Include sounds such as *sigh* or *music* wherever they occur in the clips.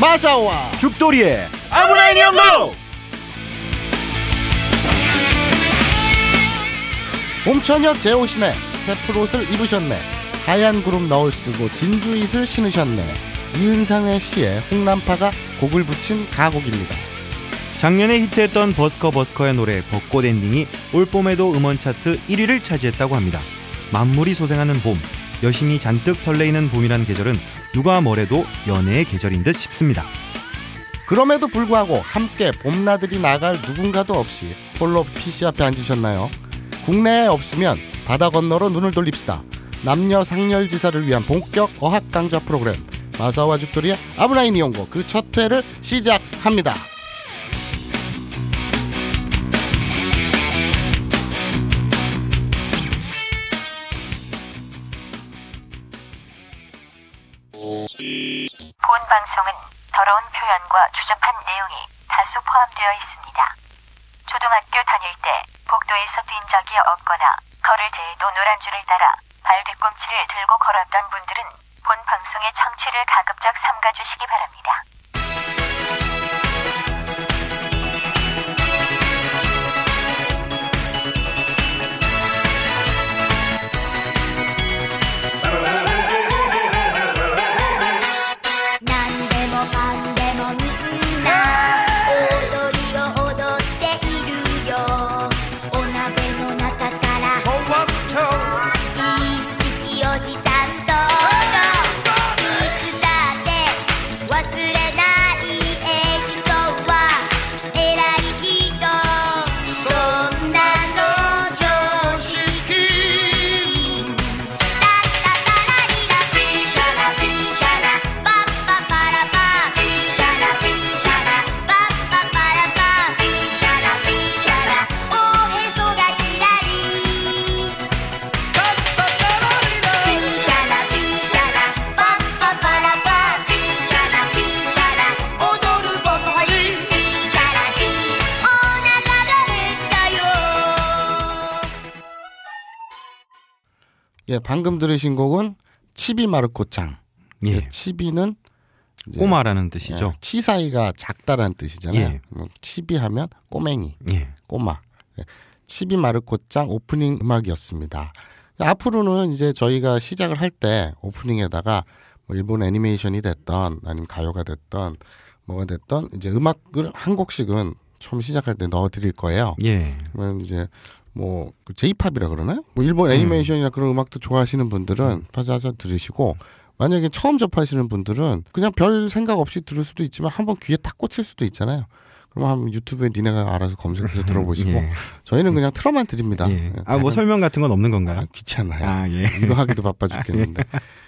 마사오와 죽돌이의 아무나인 연구 봄처녀 제오시네 새풀옷을 입으셨네 하얀 구름 너울 쓰고 진주잇을 신으셨네 이은상의 시에 홍남파가 곡을 붙인 가곡입니다 작년에 히트했던 버스커 버스커의 노래 벚꽃 엔딩이 올 봄에도 음원 차트 1위를 차지했다고 합니다. 만물이 소생하는 봄, 여심이 잔뜩 설레이는 봄이란 계절은 누가 뭐래도 연애의 계절인 듯 싶습니다. 그럼에도 불구하고 함께 봄나들이 나갈 누군가도 없이 홀로 PC 앞에 앉으셨나요? 국내에 없으면 바다 건너로 눈을 돌립시다. 남녀 상렬지사를 위한 본격 어학 강좌 프로그램 마사와 죽돌이의 아브라인 이용고 그 첫 회를 시작합니다. 본 방송은 더러운 표현과 추접한 내용이 다수 포함되어 있습니다. 초등학교 다닐 때 복도에서 뛴 적이 없거나 걸을 때에도 노란 줄을 따라 발 뒤꿈치를 들고 걸었던 분들은 본 방송의 청취를 가급적 삼가주시기 바랍니다. 「なんでもかんでもみんな」「踊りを踊っているよ」「お鍋の中から」「いい時期おじさんと」「いつだって忘れないエジソンは偉い人」「そんなの常識」「タッタタラリラピーカラピーカラ」「パッパパラパーピーカラピーカラ」「パッパパラパーピーカラピーカラ」「おへそがちらり」「パッパパラリラピーカラピーカラ」「パッパパラパーピーカラピーカラ」「おどることがいいピーカラピー」「おなかがへったよ」 예, 방금 들으신 곡은 치비 마르코창. 예, 치비는 네, 이제, 꼬마라는 예, 뜻이죠. 치 사이가 작다라는 뜻이잖아요. 예. 음, 치비하면 꼬맹이. 예, 꼬마. 네. 치비 마르코짱 오프닝 음악이었습니다. 앞으로는 이제 저희가 시작을 할 때 오프닝에다가 뭐 일본 애니메이션이 됐던 아니면 가요가 됐던 뭐가 됐던 이제 음악을 한 곡씩은 처음 시작할 때 넣어드릴 거예요. 예, 그러면 이제 뭐 J-팝이라 그러나요? 뭐 음. 일본 애니메이션이나 그런 음악도 좋아하시는 분들은 파자자 들으시고 만약에 처음 접하시는 분들은 그냥 별 생각 없이 들을 수도 있지만 한번 귀에 탁 꽂힐 수도 있잖아요. 그러면 한번 유튜브에 니네가 알아서 검색해서 들어보시고 *laughs* 예, 저희는 그냥 틀어만 드립니다. 네, 예. 아, 뭐 설명 같은 건 없는 건가요? 아, 귀찮아요. 아, 예. 이거 하기도 바빠 *laughs* 죽겠는데.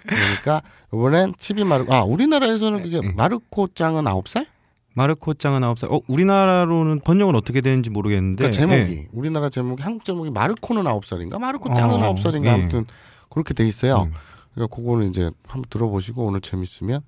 그러니까 이번엔 치비 마르코 아 네. 우리나라에서는 그게 음. 마르코 짱은 아홉 살? 마르코 짱은 아홉 살. 어, 우리나라로는 번역은 어떻게 되는지 모르겠는데. 그러니까 제목이 예. 우리나라 제목이 한국 제목이 마르코는 아홉 살인가 마르코 짱은 어, 아홉 살인가 예. 아무튼 그렇게 돼 있어요. 음. 그러니까 그거는 이제 한번 들어보시고 오늘 재밌으면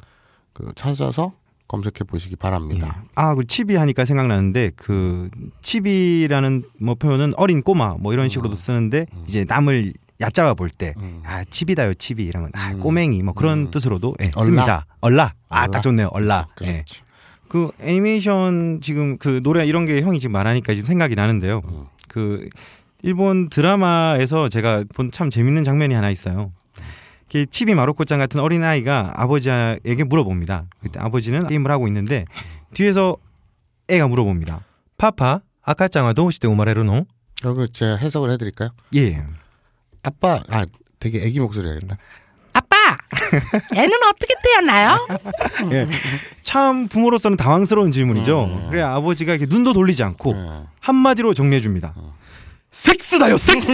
그 찾아서 검색해 보시기 바랍니다. 아, 그 치비 하니까 생각나는데 그 치비라는 뭐 표현은 어린 꼬마 뭐 이런 음. 식으로도 쓰는데 이제 남을 얕잡아 볼 때 아, 치비다요, 치비 이러면 아, 꼬맹이 뭐 그런 뜻으로도 예, 음. 얼라. 씁니다. 얼라. 아, 얼라. 딱 좋네요. 얼라. 그 예. 그렇죠. 그 애니메이션 지금 그 노래 이런 게 형이 지금 말하니까 지금 생각이 나는데요. 음. 그 일본 드라마에서 제가 본 참 재밌는 장면이 하나 있어요. 그 치비 마로코짱 같은 어린 아이가 아버지에게 물어봅니다. 그때 아버지는 게임을 하고 있는데 뒤에서 애가 물어봅니다. 파파, 아카짱아 도시대 오마레르노? 여기 제가 해석을 해드릴까요? 예. 아빠 아 되게 애기 목소리 해야겠다. 아빠, *laughs* 애는 어떻게 태어나요? 참 부모로서는 당황스러운 질문이죠. 그래 아버지가 이렇게 눈도 돌리지 않고 예. 한마디로 정리해 줍니다. 어. *laughs* 섹스다요, 섹스.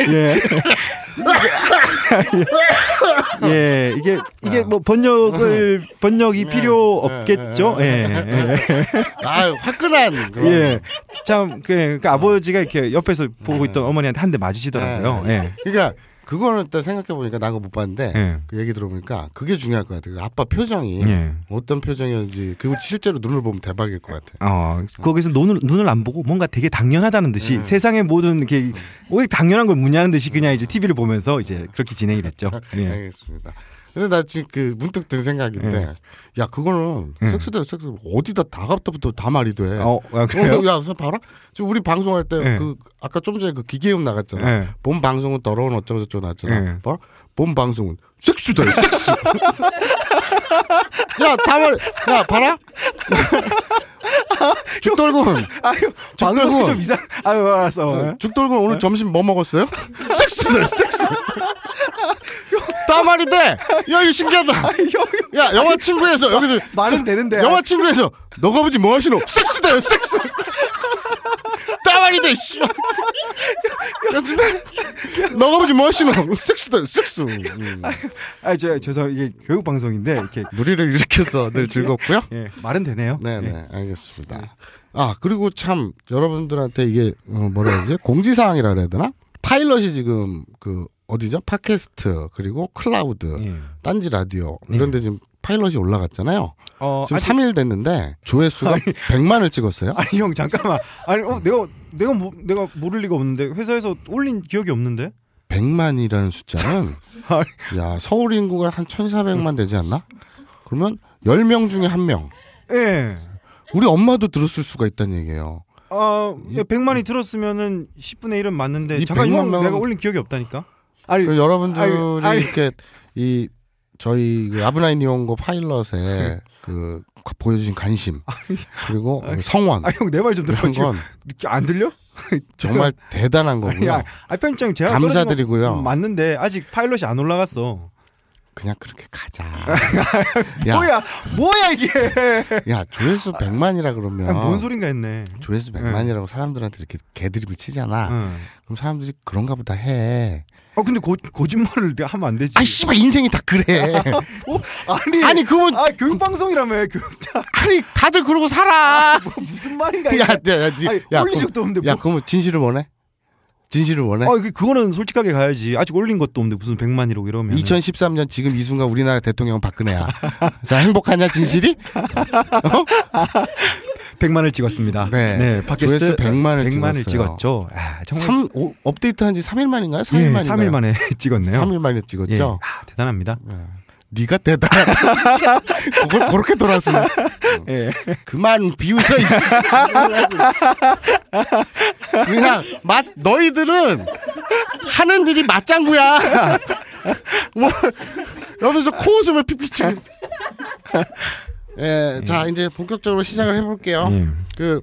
예. *laughs* 예, 이게 이게 뭐 번역을 번역이 필요 아. 네, 없겠죠. 예, 아 *laughs* 화끈한 예, 그런 예. 참, 그, 그러니까 아버지가 이렇게 옆에서 보고 네. 있던 어머니한테 한 대 맞으시더라고요. 예, 그러니까 그거는 또 생각해 보니까 나 그거 못 봤는데 예. 그 얘기 들어보니까 그게 중요할 것 같아요. 그 아빠 표정이 예. 어떤 표정이었는지 그리고 실제로 눈을 보면 대박일 것 같아요. 어, 거기서 눈을, 눈을 안 보고 뭔가 되게 당연하다는 듯이 네. 세상의 모든 이렇게 *laughs* 네. 왜 당연한 걸 묻냐는 듯이 그냥 이제 TV를 보면서 이제 그렇게 진행이 됐죠. 예. 알겠습니다. 근데 나 지금 그 문득 든 생각인데, 야 그거는 섹스대 섹스 어디다 다 갖다부터 다 말이 돼. 어, 예. 아, 그래요? 어, 야, 저 봐라. 지금 우리 방송할 때 그 네. 아까 좀 전에 그 기계음 나갔잖아. 네. 본 방송은 더러운 어쩌고 저쩌고 나왔잖아. 네. 봐라. 본 방송은 섹스다. 섹스. *laughs* 야, 다 말. 야, 봐라. *laughs* 죽돌군. 아유, 방금 방금 좀 좀 이상. 아유, 알았어. 예? 네? 죽돌군 오늘 점심 뭐 먹었어요? *laughs* 섹스들 *laughs* 섹스. 따말이 돼. 야 이거 아, 신기하다. 야 영화 친구에서 여기서 말은 저, 되는데. 영화 친구에서 너가 보지 뭐 하시노? 섹스다 섹스. 따말이 돼. 씨. 야 진짜 너가 보지 뭐 하시노? 섹스다 섹스. 음. 아, 저 죄송 이게 교육 방송인데 이렇게 누리를 일으켜서 늘 즐겁고요. 예, 말은 되네요. 네네 예. 알겠습니다. 아 그리고 참 여러분들한테 이게 어, 뭐라 해야 되지 공지 사항이라 그래야 되나? 파일럿이 지금 그 어디죠? 팟캐스트 그리고 클라우드, 예. 딴지 라디오 이런데 지금 파일럿이 올라갔잖아요. 어, 지금 아직- 3일 됐는데 조회수가 100만을 찍었어요. 아니 형 잠깐만. 아니 어, 내가 내가 뭐, 내가 모를 리가 없는데 회사에서 올린 기억이 없는데. 100만이라는 *laughs* 숫자는 야 서울 인구가 한 1,400만 되지 않나? 그러면 10명 중에 한 명. 예. 우리 엄마도 들었을 수가 있다는 얘기예요. 아, 예, 100만이 들었으면은 10분의 1은 맞는데 이 잠깐 형 100만 명은- 내가 올린 기억이 없다니까. 아니, 그 여러분들이 아유, 아유. 이렇게 이 저희 그 아브나인 이용고 파일럿에 그 보여주신 관심 그리고 뭐 성원 아, 형 내 말 좀 들어. 이런 지금 건 느끼- 안 들려? 정말 대단한 거고요. 야, 아 편집장 제가 감사드리고요. 떨어진 건 맞는데 아직 파일럿이 안 올라갔어. 그냥 그렇게 *laughs* 가자. 야, 뭐야, 뭐야 이게? 야 조회수 100만이라 아, 그러면 뭔 소린가 했네. 조회수 100만이라고 사람들한테 이렇게 개드립을 치잖아. 응. 그럼 사람들이 그런가 보다 해. 아 근데 고, 거짓말을 내가 하면 안 되지. 아 씨발 인생이 다 *laughs* 그래. 어? 아니, 아니, 그건- 아 교육 방송이라며 교육자 아니 다들 그러고 살아. 뭐 무슨 말인가? 야, 이게. 야, 야, 니- 아니, 야, 올린 그럼- 적도 없는데 야 네. 뭐- 그러면 진실을 원해? 진실을 원해? 아, 이게 그거는 솔직하게 가야지. 아직 올린 것도 없는데 무슨 100만이라고 네, 이러면. 2013년 지금 이 순간 우리나라 대통령은 박근혜야. 자 행복하냐 *laughs* 진실이? 100만을 찍었습니다. 네. 팟캐스트 조회수 100만을 100만을 찍었어요. 찍었죠. 아, 정말 삼 오, 업데이트한 지 3일 만인가요? 3일 예, 만인가요? 3일 만에 *laughs* 찍었네요. 3일 만에 예. 찍었죠. 아, 대단합니다. 네가 대단. *laughs* 그걸 그렇게 돌았으면 예. 그만 비웃어 이씨. 그냥 맛 너희들은 하는 일이 맞장구야. 뭐 여기서 코웃음을 피피치고. 예, 자 이제 본격적으로 시작을 해볼게요. 예. 그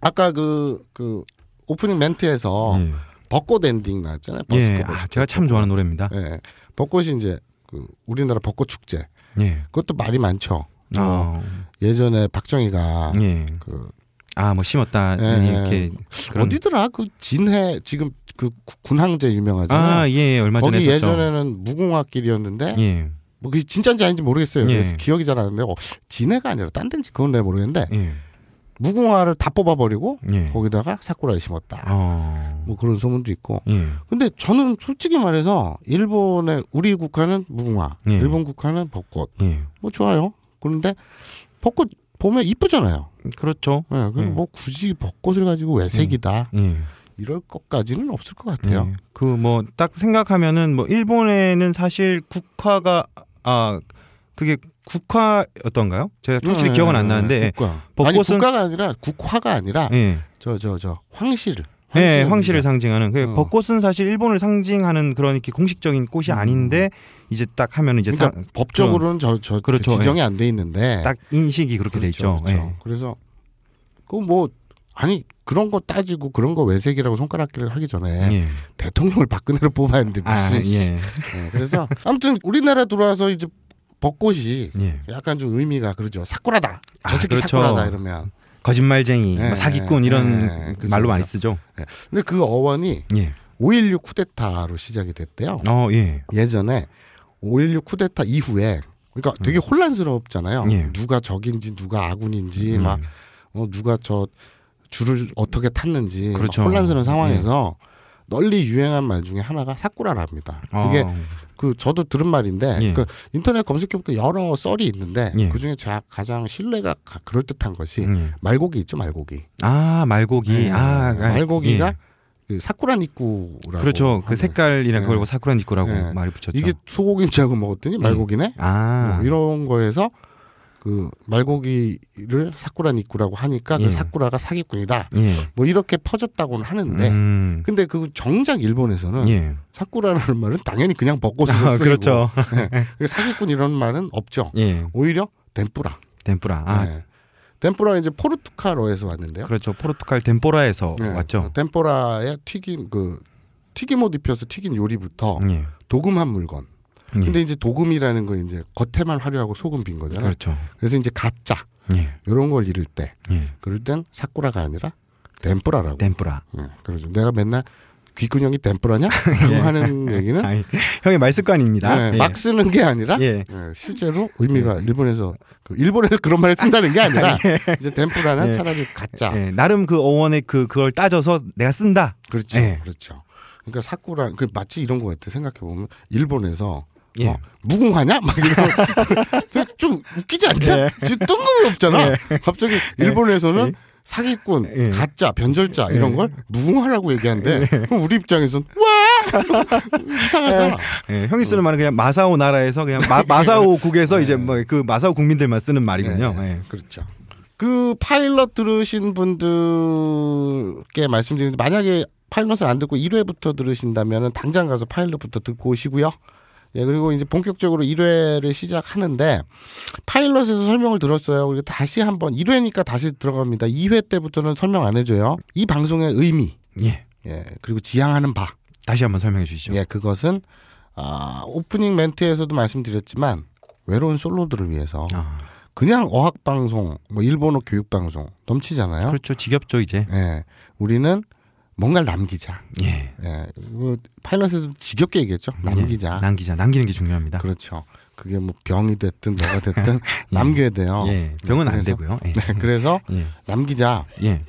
아까 그 그 오프닝 멘트에서 예. 벚꽃 엔딩 나왔잖아요. 예. 버스커 아, 버스. 제가 참 좋아하는 노래입니다. 예. 벚꽃이 이제 그 우리나라 벚꽃 축제. 예. 그것도 말이 많죠. 어. 예전에 박정희가 예. 그 아, 뭐 심었다. 예. 이렇게 그런- 어디더라? 그 진해 지금 그 구- 군항제 유명하잖아요. 아, 예. 예, 얼마 전에 거기 했었죠. 예전에는 무궁화길이었는데 예. 뭐 그게 진짜인지 아닌지 모르겠어요. 예. 그래서 기억이 잘 안 나는데 어, 진해가 아니라 딴 데인지 그건 내가 모르겠는데 예. 무궁화를 다 뽑아버리고 예. 거기다가 사쿠라를 심었다. 어. 뭐 그런 소문도 있고 예. 근데 저는 솔직히 말해서 일본의 우리 국화는 무궁화, 예. 일본 국화는 벚꽃. 예. 뭐 좋아요. 그런데 벚꽃 보면 이쁘잖아요. 그렇죠. 예, 그리고 예. 뭐 굳이 벚꽃을 가지고 외색이다 예. 이럴 것까지는 없을 것 같아요. 그 뭐 딱 생각하면은 뭐 일본에는 사실 국화가 아 그게 국화였던가요? 제가 예, 확실히 기억은 안 예, 나는데 국가. 아니 벚꽃은- 국가가 아니라 국화가 아니라 예. 예. 저 저 저 황실. 예, 네. 황실입니다. 황실을 상징하는 그 어. 벚꽃은 사실 일본을 상징하는 그런 이렇게 공식적인 꽃이 아닌데 이제 딱 하면 이제 음. 그러니까 상- 법적으로는 저저 그렇죠, 지정이 안 돼 있는데 딱 인식이 그렇게 돼 있죠. 그렇죠. 예. 그래서 그 뭐 아니 그런 거 따지고 그런 거 외색이라고 손가락질을 하기 전에 예. 대통령을 박근혜로 뽑았는데 아, 무슨 예. 네, 그래서 아무튼 우리나라 들어와서 이제 벚꽃이 예. 약간 좀 의미가 그러죠 사쿠라다 저 아, 새끼 그렇죠. 사쿠라다 이러면 거짓말쟁이, 예, 뭐 사기꾼 예, 이런 예, 그죠, 말로 많이 그죠. 쓰죠. 네. 근데 그 어원이 예. 5.16 쿠데타로 시작이 됐대요 어, 예. 예전에 5.16 쿠데타 이후에 그러니까 되게 혼란스럽잖아요 음. 예. 음. 누가 적인지 누가 아군인지 막 어, 누가 저 줄을 어떻게 탔는지 막 그렇죠. 혼란스러운 상황에서 널리 유행한 말 중에 하나가 사쿠라랍니다 어, 이게 그 저도 들은 말인데 예. 그 인터넷 검색해보니까 여러 썰이 있는데 예. 그 중에 가장 신뢰가 가- 그럴듯한 것이 예. 말고기 있죠 말고기 아 말고기 예. 아 아, 말고기가 예. 그 사쿠라 니꾸라고 그렇죠. 하는 그 색깔이나 네. 그걸 보고 사쿠라 니꾸라고 네. 말을 붙였죠. 예. 이게 소고기인 줄 알고 먹었더니 말고기네. 아, 뭐 이런 거에서 그 말고기를 사쿠라 니꾸라고 하니까 예. 그 사쿠라가 사기꾼이다. 예. 뭐 이렇게 퍼졌다고는 하는데 음. 근데 그 정작 일본에서는 예. 사쿠라라는 말은 당연히 그냥 먹고 쓰고 아, 그렇죠. 예. 사기꾼 이런 말은 없죠. 예. 오히려 덴뿌라. 덴뿌라. 아, 예. 덴뿌라 이제 포르투갈어에서 왔는데요. 그렇죠. 포르투갈 덴포라에서 예. 왔죠. 덴뿌라의 튀김 그 튀김옷 입혀서 튀긴 요리부터 예. 도금한 물건. 예. 근데 이제 도금이라는 건 이제 겉에만 화려하고 속은 빈 거잖아요. 그렇죠. 그래서 이제 가짜 예. 이런 걸 잃을 때 예. 그럴 땐 사쿠라가 아니라 덴뿌라라고. 덴뿌라. 예. 그래서 내가 맨날 귓근형이 *laughs* 덴뿌라냐? 라고 하는 얘기는 예. 아이, 형의 말습관입니다. 예, 네? 막 쓰는 게 아니라 예. 예, 실제로 의미가 일본에서 그 일본에서 그런 말을 쓴다는 게 *laughs* 아니라 이제 덴뿌라는 예. 차라리 가짜 예, 나름 그 어원의 그 그걸 따져서 내가 쓴다. 그렇죠 예. 그렇죠 그러니까 사쿠라 그 마치 이런 거 같아 생각해 보면 일본에서 예. 어, 무궁화냐 막 이런 거. *laughs* 좀 웃기지 예. 않죠 지금 뜬금없잖아 갑자기 일본에서는 사기꾼, 예. 가짜, 변절자 이런 걸 무궁화라고 얘기하는데 그럼 우리 입장에선 와 *laughs* 이상하잖아. 예, 형이 쓰는 말은 그냥 마사오 나라에서 그냥 마, *laughs* 예. 마사오 국에서 이제 뭐 그 마사오 국민들만 쓰는 말이군요. 네, 예. 그렇죠. 그 파일럿 들으신 분들께 말씀드리는데 만약에 파일럿을 안 듣고 1회부터 들으신다면 당장 가서 파일럿부터 듣고 오시고요. 예, 그리고 이제 본격적으로 1회를 시작하는데 파일럿에서 설명을 들었어요. 그리고 다시 한번 1회니까 다시 들어갑니다. 2회 때부터는 설명 안 해줘요. 이 방송의 의미, 예. 예, 그리고 지향하는 바, 다시 한번 설명해 주시죠. 예, 그것은 아, 오프닝 멘트에서도 말씀드렸지만 외로운 솔로들을 위해서 아, 그냥 어학 방송, 뭐 일본어 교육 방송 넘치잖아요. 그렇죠. 지겹죠, 이제. 예, 우리는 뭔가를 남기자. 예. 예, 이거 파일럿에도 지겹게 얘기했죠. 남기자. 예, 남기자. 남기는 게 중요합니다. 그렇죠. 그게 뭐 병이 됐든 뭐가 *laughs* 됐든 남겨야 돼요. 예. 병은 안 네, 그래서- 되고요. 예. *laughs* 네, 그래서 예. 남기자. 예.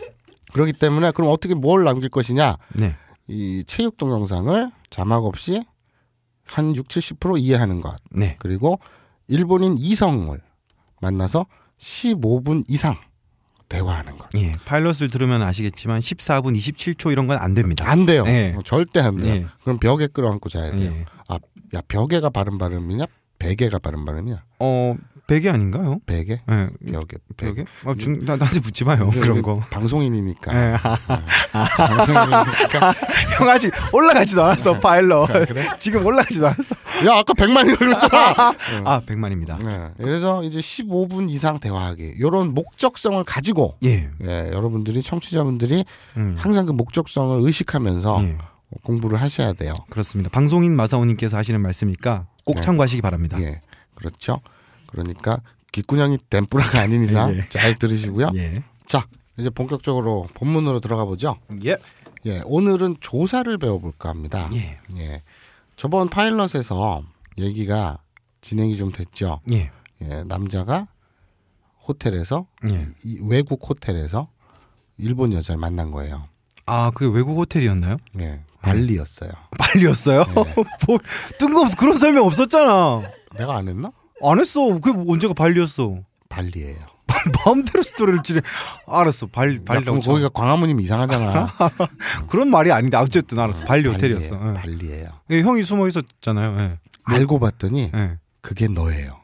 그렇기 때문에 그럼 어떻게 뭘 남길 것이냐? 네. 이 체육 동영상을 자막 없이 한 6, 70% 이해하는 것. 네. 그리고 일본인 이성을 만나서 15분 이상 대화하는 것. 예. 파일럿을 들으면 아시겠지만 14분 27초 이런 건 안 됩니다. 안 돼요. 예. 어, 절대 안 돼요. 예. 그럼 벽에 끌어안고 자야 돼요. 예. 아, 야 벽에가 바른 발음이냐? 베개가 바른 발음이냐? 어, 베개 아닌가요? 베개? 예. 벽에 베개. 예. 네, 베개? 아, 중, 나, 나한테 묻지 마요. 어, 그런 거. 방송인이니까. 예. 방송인이니까. *laughs* 형 아직 *laughs* 올라가지도 아, 않았어, 파일럿. 지금 올라가지도 않았어. 야 아까 100만이라고 *laughs* 그랬잖아. 아, 100만입니다. 예, 그래서 이제 15분 이상 대화하기. 요런 목적성을 가지고 예. 예, 여러분들이 청취자분들이 음. 항상 그 목적성을 의식하면서 예. 공부를 하셔야 돼요. 그렇습니다. 방송인 마사오님께서 하시는 말씀이니까 꼭 네. 참고하시기 바랍니다. 예. 그렇죠. 그러니까 귓구녕이 댐뿌라가 아닌 이상 예. 잘 들으시고요. 예. 자, 이제 본격적으로 본문으로 들어가 보죠. 예. 예, 오늘은 조사를 배워볼까 합니다. 예. 예. 저번 파일럿에서 얘기가 진행이 좀 됐죠. 예. 예, 남자가 호텔에서 예. 이 외국 호텔에서 일본 여자를 만난 거예요. 아, 그게 외국 *laughs* 호텔이었나요? 예, 발리였어요. 음. 빨리였어요? *laughs* 뭐, 뜬금없어. 그런 설명 없었잖아. 내가 안 했나? 안 했어. 그게 뭐 언제가 발리였어. 발리예요. 마음대로 스토리를 진행. 알았어. 발, 야, 발리라고. 그럼 거기가 광화문이면 *laughs* 이상하잖아. 그런 말이 아닌데. 어쨌든 알았어. 발리 호텔이었어. 발리예요. 예. 발리예요. 예, 형이 숨어 있었잖아요. 예. 알고 봤더니 예. 그게 너예요.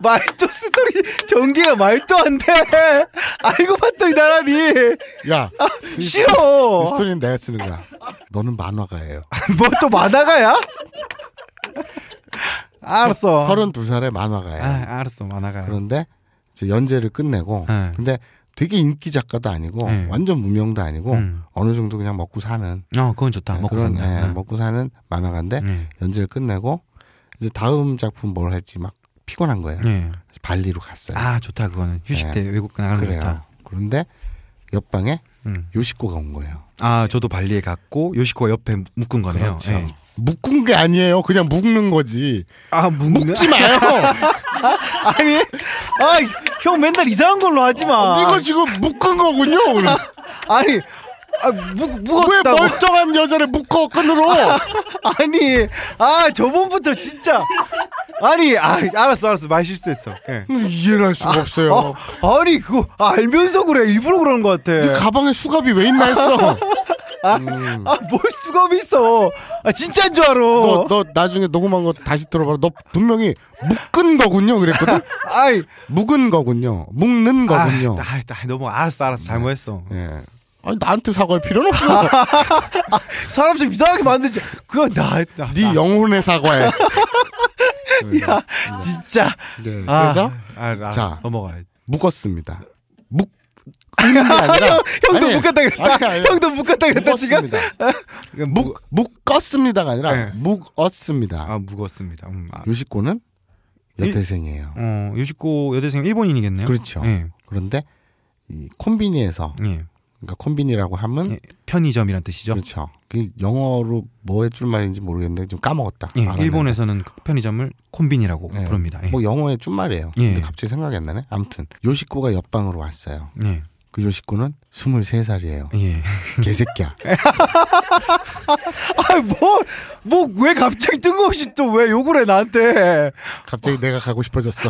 말도 스토리 전개가 말도 안 돼. 알고 봤더니 나라니 야, 그 이 이 *laughs* 싫어. 스토리는 내가 쓰는 거야. 너는 만화가예요. 뭐 또 만화가야? 알았어. 32살의 만화가예요. 아, 알았어 만화가. 뭐, 그런데 이제 연재를 끝내고 네. 근데 되게 인기 작가도 아니고 네. 완전 무명도 아니고 음. 어느 정도 그냥 먹고 사는 어, 그건 좋다. 네, 먹고 그런, 산다. 네, 네. 먹고 사는 만화가인데 네. 연재를 끝내고 이제 다음 작품 뭘 할지 막 피곤한 거예요. 네. 그래서 발리로 갔어요. 아 좋다 그거는 휴식 네. 때 외국 나가는 거 그래요. 좋다. 그런데 옆방에 음. 요시코가 온 거예요. 아 저도 발리에 갔고 요시코가 옆에 묶은 거네요. 예. 그렇죠? 묶은 게 아니에요. 그냥 묶는 거지. 네. 아 묶는? 묶지 마요. *laughs* *laughs* 아니, 아형 맨날 이상한 걸로 하지 마. 이거 아, 지금 묶은 거군요. 아니, 아, 묵, 왜 묵었다고. 멀쩡한 여자를 묶어 끈으로? 아니, 아, 저번부터 진짜. 아니, 아, 알았어, 알았어. 말 실수했어. 예. 음, 이해를 할 수가 없어요. 어, 아니, 그거 알면서 그래. 일부러 그러는 것 같아. 네 가방에 음. 수갑이 왜 있나 했어. 아, 뭘 수갑이 있어. 아, 진짜인 줄 알아. 너 너 나중에 녹음한 거 다시 들어봐라. 너 분명히 묶은 거군요. *laughs* 그랬거든. 아이. 묵은 거군요. 묶는 거군요. 아, 나, 나, 너무 알았어, 알았어. 잘못했어. 예. 아니 나한테 사과할 필요는 없어. *laughs* 아. 사람 좀 이상하게 만들지. 그거 나, 나, 네 영혼의 사과해. 나 *laughs* 진짜. 네. 아, 그래서 아, 알았어. 자. 넘어가. 묶었습니다. 묶 는 게 아니라 형도 아니, 묶었다 그랬다. 아니, 아니. 형도 묶었다 그랬다 지금. 묶었습니다. 묵. 묶 묶었습니다가 아니라 네. 묶었습니다. 아 무거웠습니다. 음, 아. 요식고는 일- 여태생이에요. 어 요식고 여대생 일본인이겠네요. 그렇죠. 예. 그런데 이 콤비니에서 예. 그러니까 콤비니라고 하면 예. 편의점이란 뜻이죠. 그렇죠. 그 영어로 뭐 해줄 말인지 모르겠는데 좀 까먹었다. 예. 알았는데. 일본에서는 그 편의점을 콤빈이라고 예. 부릅니다. 예. 뭐 영어의 쭌말이에요. 예. 근데 갑자기 생각이 안 나네. 아무튼 요식구가 옆방으로 왔어요. 예. 그 요식구는 23살이에요. *laughs* 예. 개새끼야. 아뭐뭐 왜 갑자기 뜬금없이 또 왜 욕을 해 나한테? 갑자기 내가 가고 *laughs* 싶어졌어.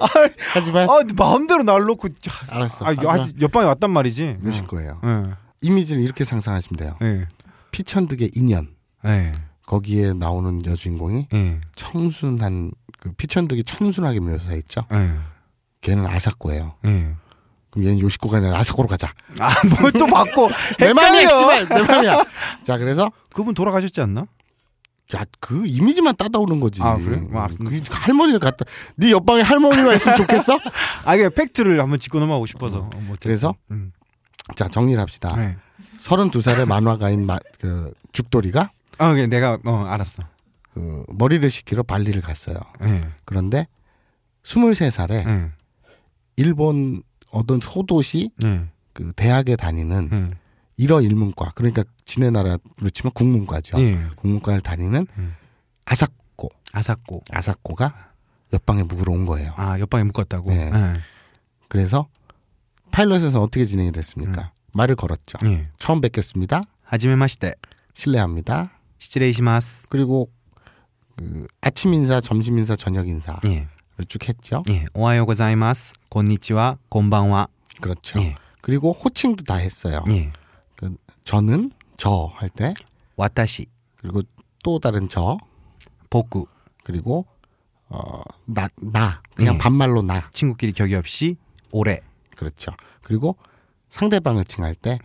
아, 하지만 아 마음대로 날 놓고 아, 알았어. 아, 하지만 아직 옆방에 왔단 말이지. 요식구예요. 예. 이미지를 이렇게 상상하시면 돼요. 예. 피천득의 인연. 예. 거기에 나오는 여주인공이 예. 청순한 그 피천득이 천순하게 묘사해 있죠. 예. 걔는 아사코예요. 예. 그럼 얘는 요식구가 아니라 아사코로 가자. 아뭘 또 받고 *laughs* 내 맘이야, 헷갈려. 씨발. 내 맘이야. 자, 그래서 그분 돌아가셨지 않나? 야, 그 이미지만 따다오는 거지. 아, 그래? 뭐 음, 알았어. 그 할머니를 갖다 네 옆방에 할머니가 있으면 좋겠어? *laughs* 아 이게 팩트를 한번 짚고 넘어가고 싶어서. 어, 뭐 어쨌든. 그래서? 아. 음. 자, 정리를 합시다. 네. 32살의 만화가인 마, 그 죽돌이가 아, 예, 내가 어 알았어. 그 머리를 식히러 발리를 갔어요. 예. 그런데 23살에 예. 일본 어떤 소도시 예. 그 대학에 다니는 예. 일어 일문과 그러니까 지네 나라로 치면 국문과죠. 예. 국문과를 다니는 음. 아사코 아삭고. 아사코가 옆방에 묵으러 온 거예요. 아, 옆방에 묶었다고. 네. 그래서 파일럿에서 어떻게 진행이 됐습니까? 말을 걸었죠. 예. 예. 처음 뵙겠습니다. 하지메 마시테. 실례합니다. 시츠레이시마스. 그리고 그 아침 인사, 점심 인사, 저녁 인사를 예. 쭉 했죠. 예. 오하요 고자이마스. 곤니치와. 곤방와. 그렇죠. 음. 예. 그리고 호칭도 다 했어요. 예. 저는 저 할 때 와타시. 그리고 또 다른 저 복구. 그리고 어나나 그냥 예. 반말로 나 친구끼리 격이 없이 오래. 그렇죠. 그리고 상대방을 칭할 때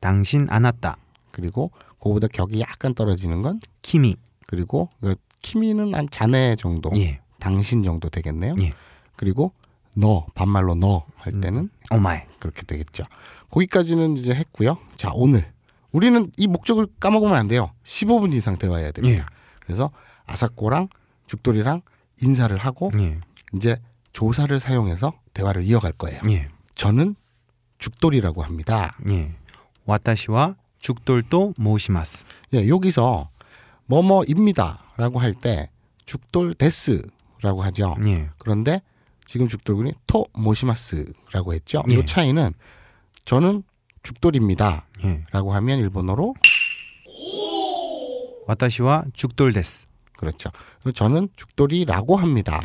당신 안았다. 그리고 그거보다 격이 약간 떨어지는 건 키미. 그리고 그 키미는 한 자네 정도 예. 당신 정도 되겠네요. 예. 음. 그리고 너 반말로 너 할 때는 오마에. 그렇게 되겠죠. 거기까지는 이제 했고요. 자 오늘 우리는 이 목적을 까먹으면 안 돼요. 15분 이상 대화해야 예. 됩니다. 그래서 아사코랑 죽돌이랑 인사를 하고 예. 이제 조사를 사용해서 대화를 이어갈 거예요. 예. 저는 죽돌이라고 합니다. 예. 와타시와 죽돌도 모시마스. 예, 여기서 뭐뭐입니다라고 할 때 죽돌 데스라고 하죠. 예. 그런데 지금 죽돌군이 토 모시마스라고 했죠. 예. 이 차이는 저는 죽돌입니다라고 예. 하면 일본어로 와타시와 죽돌 데스. 그렇죠. 그리고 저는 죽돌이라고 합니다.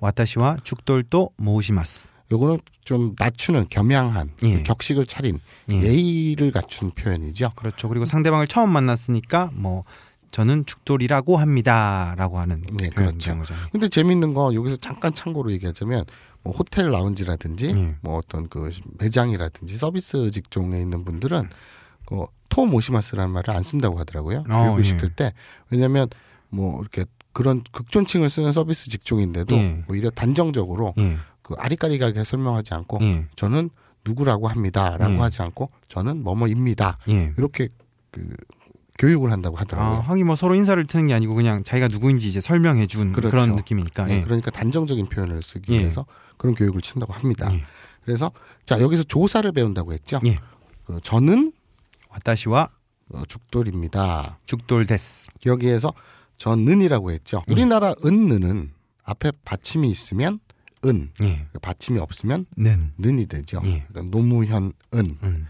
와타시와 죽돌도 모시마스. 요거는 좀 낮추는 겸양한 그 예. 격식을 차린 예. 예의를 갖춘 표현이죠. 그렇죠. 그리고 상대방을 처음 만났으니까 뭐 저는 죽돌이라고 합니다라고 하는 네, 표현인 그렇죠. 거죠. 근데 재밌는 건 여기서 잠깐 참고로 얘기하자면 뭐 호텔 라운지라든지 예. 뭐 어떤 그 매장이라든지 서비스 직종에 있는 분들은 그토 모시마스라는 말을 안 쓴다고 하더라고요. 어, 교육을 예. 시킬 때 왜냐하면 뭐 이렇게 그런 극존칭을 쓰는 서비스 직종인데도 예. 오히려 단정적으로 예, 그 아리까리하게 설명하지 않고 예, 저는 누구라고 합니다라고 예. 하지 않고 저는 뭐뭐입니다 예. 이렇게 그 교육을 한다고 아, 하더라고요. 하긴 뭐 서로 인사를 트는 게 아니고 그냥 자기가 누구인지 이제 설명해 준 그렇죠. 그런 느낌이니까. 예, 예. 그러니까 단정적인 표현을 쓰기 예. 위해서 그런 교육을 친다고 합니다. 예. 그래서 자 여기서 조사를 배운다고 했죠. 예. 그 저는 와타시와 어, 죽돌입니다. 죽돌 데스. 여기에서 저는이라고 했죠. 우리나라 은는은 앞에 받침이 있으면 은, 그러니까 예. 받침이 없으면 는. 는이 되죠. 예. 그러니까 노무현 은, 음.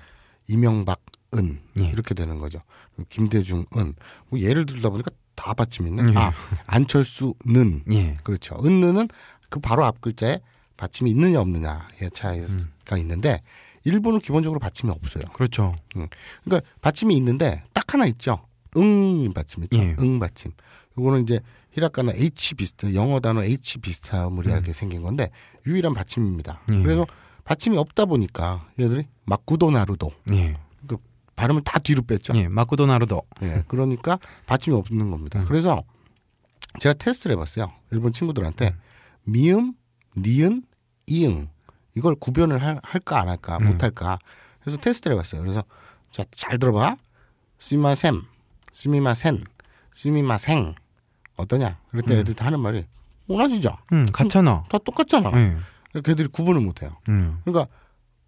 이명박 은 예. 이렇게 되는 거죠. 김대중 은 뭐 예를 들다 보니까 다 받침 있네. 예. 아 안철수 는 예. 그렇죠. 은느는 그 바로 앞 글자에 받침이 있느냐 없느냐의 차이가 음. 있는데 일본은 기본적으로 받침이 없어요. 그렇죠. 음. 그러니까 받침이 있는데 딱 하나 있죠. 응 받침 있죠. 예. 응 받침. 요거는 이제 히라카나 H 비슷 영어 단어 H 비슷하무리하게 생긴 건데 유일한 받침입니다. 음. 예. 그래서 받침이 없다 보니까 얘들이 마쿠도 나루도 예. 그 발음을 다 뒤로 뺐죠. 예. 마코도 나루도. 예, 그러니까 받침이 없는 겁니다. 그래서 제가 테스트를 해봤어요. 일본 친구들한테 미음, 니은, 이응 이걸 구별을 할, 할까 안 할까 못할까 그래서 테스트를 해봤어요. 그래서 자, 잘 들어봐. 스미마셈, 스미마센, 스미마생 어떠냐? 그랬더니 애들 다 하는 말이 오나지죠. 음, 가차나. 다 똑같잖아. 예. 걔들이 구분을 못해요. 음. 그러니까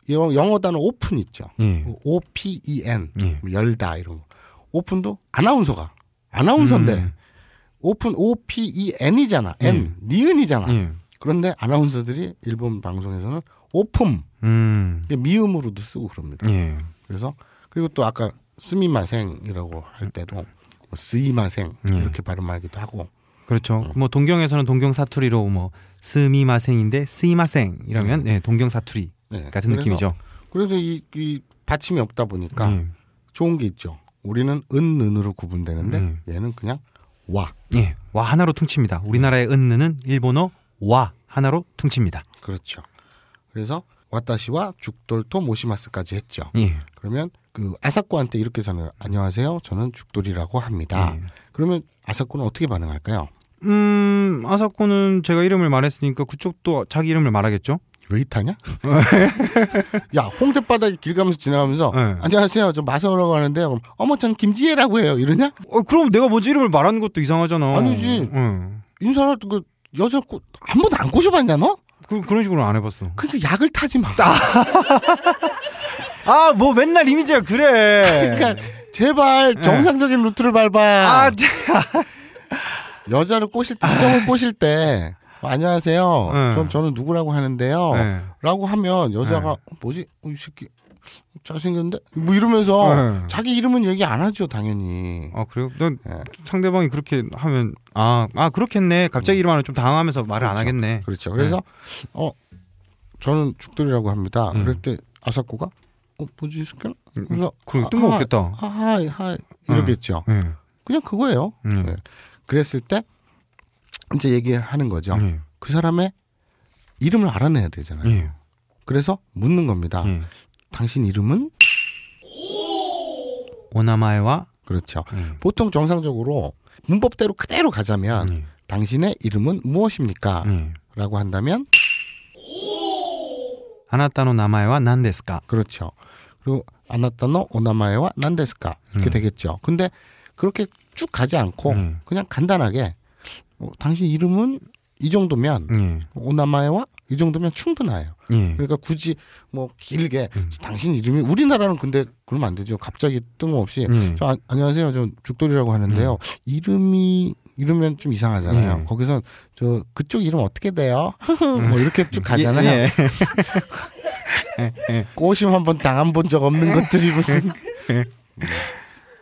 영어, 영어 단어 오픈 있죠. 예. O P E N 예. 열다 이런 거. 오픈도 아나운서가 음, 아나운서인데 오픈 O P E N이잖아. N 니은이잖아. 예. 그런데 아나운서들이 일본 방송에서는 오품 음. 이게 미음으로도 쓰고 그럽니다. 예. 그래서 그리고 또 아까 스미마생이라고 할 때도 뭐 스이마생 예. 이렇게 발음하기도 하고 그렇죠. 어. 뭐 동경에서는 동경 사투리로 뭐 스미마생인데 스이마생 이러면 예, 동경 사투리 음. 네. 그래서- 같은 아. 느낌이죠. 그래서 이, 이 받침이 없다 보니까 예. 좋은 게 있죠. 우리는 은, 는으로 구분되는데 얘는 그냥 와 예. 와 하나로 퉁칩니다. 우리나라의 은느는 일본어 와 하나로 퉁칩니다. 그렇죠. 그래서 와타시와 죽돌토 모시마스까지 했죠. 예. 그러면 그 아사코한테 이렇게 저는 안녕하세요. 저는 죽돌이라고 합니다. 그러면 아사코는 어떻게 반응할까요? 음, 아사코는 제가 이름을 말했으니까 그쪽도 자기 이름을 말하겠죠? 왜 이타냐? 야 홍대바닥 길 가면서 지나가면서 네. 안녕하세요. 저 마사오라고 하는데 그럼 어머 전 김지혜라고 해요. 이러냐? 어, 그럼 내가 먼저 이름을 말하는 것도 이상하잖아. 어. 아니지. 응. 인사를 그 여자 꽃한 번도 안 꼬셔봤냐 너? 그, 그런 식으로 안 해봤어. 그러니까 약을 타지 마. 아, 뭐 맨날 이미지가 *laughs* 그래. 그러니까 제발 정상적인 루트를 밟아. 아, 제- 여자를 꼬실 때 이성을 꼬실 때 어, 안녕하세요. 아. 네. 전 저는 누구라고 하는데요. 네. 라고 하면 여자가 어, 뭐지? 어, 이 새끼 잘생겼는데? 뭐 이러면서 네. 자기 이름은 얘기 안 하죠 당연히. 아, 그래요? 난 예. 상대방이 그렇게 하면, 아, 아, 그렇겠네. 갑자기 이러면 좀 당황하면서 말을 안 하겠네. 음. 그렇죠. 그래서 어 저는 죽돌이라고 합니다. 그럴 때 아사코가 어 뭐지 이 새끼? 그래서 그럼 아, 뜬금없겠다. 아, 하이 하이 이러겠죠. 예. 그냥 그거예요. 음. 네. 그랬을 때 이제 얘기하는 거죠. 예. 그 사람의 이름을 알아내야 되잖아요. 예. 그래서 묻는 겁니다. 예. 당신 이름은? 오나마에와 그렇죠. 음. 보통 정상적으로 문법대로 그대로 가자면 음. 당신의 이름은 무엇입니까? 예. 라고 한다면 아나타노 나마에와 난데스까? 그렇죠. 그리고 아나타노 오나마에와 난데스까 이렇게 되겠죠. 근데 그렇게 쭉 가지 않고 음. 그냥 간단하게 어, 당신 이름은 이 정도면 예. 오나마에와 이 정도면 충분해요. 예. 그러니까 굳이 뭐 길게 음. 당신 이름이 우리나라는 근데 그러면 안 되죠. 갑자기 뜬금없이 음. 저 아- 안녕하세요. 저 죽돌이라고 하는데요. 네. 이름이 이러면 좀 이상하잖아요. 음. 거기서 저 그쪽 이름 어떻게 돼요? 뭐 이렇게 쭉 가잖아요. 예. 꼬심 한 번 당한 본 적 네. 없는 것들이 무슨.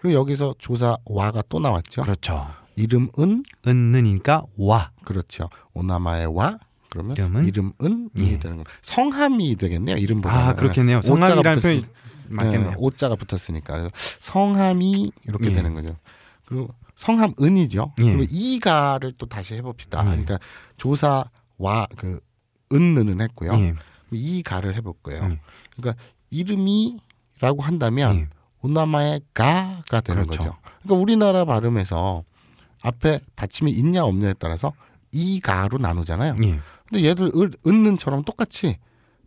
그리고 여기서 조사 와가 또 나왔죠. 그렇죠. 이름은 은느니까 와. 그렇죠. 오나마의 와 그러면 이름은? 예. 이름은 이 되는 겁니다. 성함이 되겠네요. 이름보다. 아, 그렇겠네요. 성함이라는 표현이 맞겠네요. 오자가 붙었으니까 그래서 성함이 이렇게 예. 되는 거죠. 그리고 성함 은이죠. 예. 그리고 이가를 또 다시 해봅시다. 그러니까 조사 와그 은는 했고요. 예. 이가를 해볼 거예요. 예. 그러니까 이름이라고 한다면 예. 오나마의 가가 되는 그렇죠. 거죠. 그러니까 우리나라 발음에서 앞에 받침이 있냐 없냐에 따라서 이가로 나누잖아요. 예. 근데 얘들 을, 은는처럼 똑같이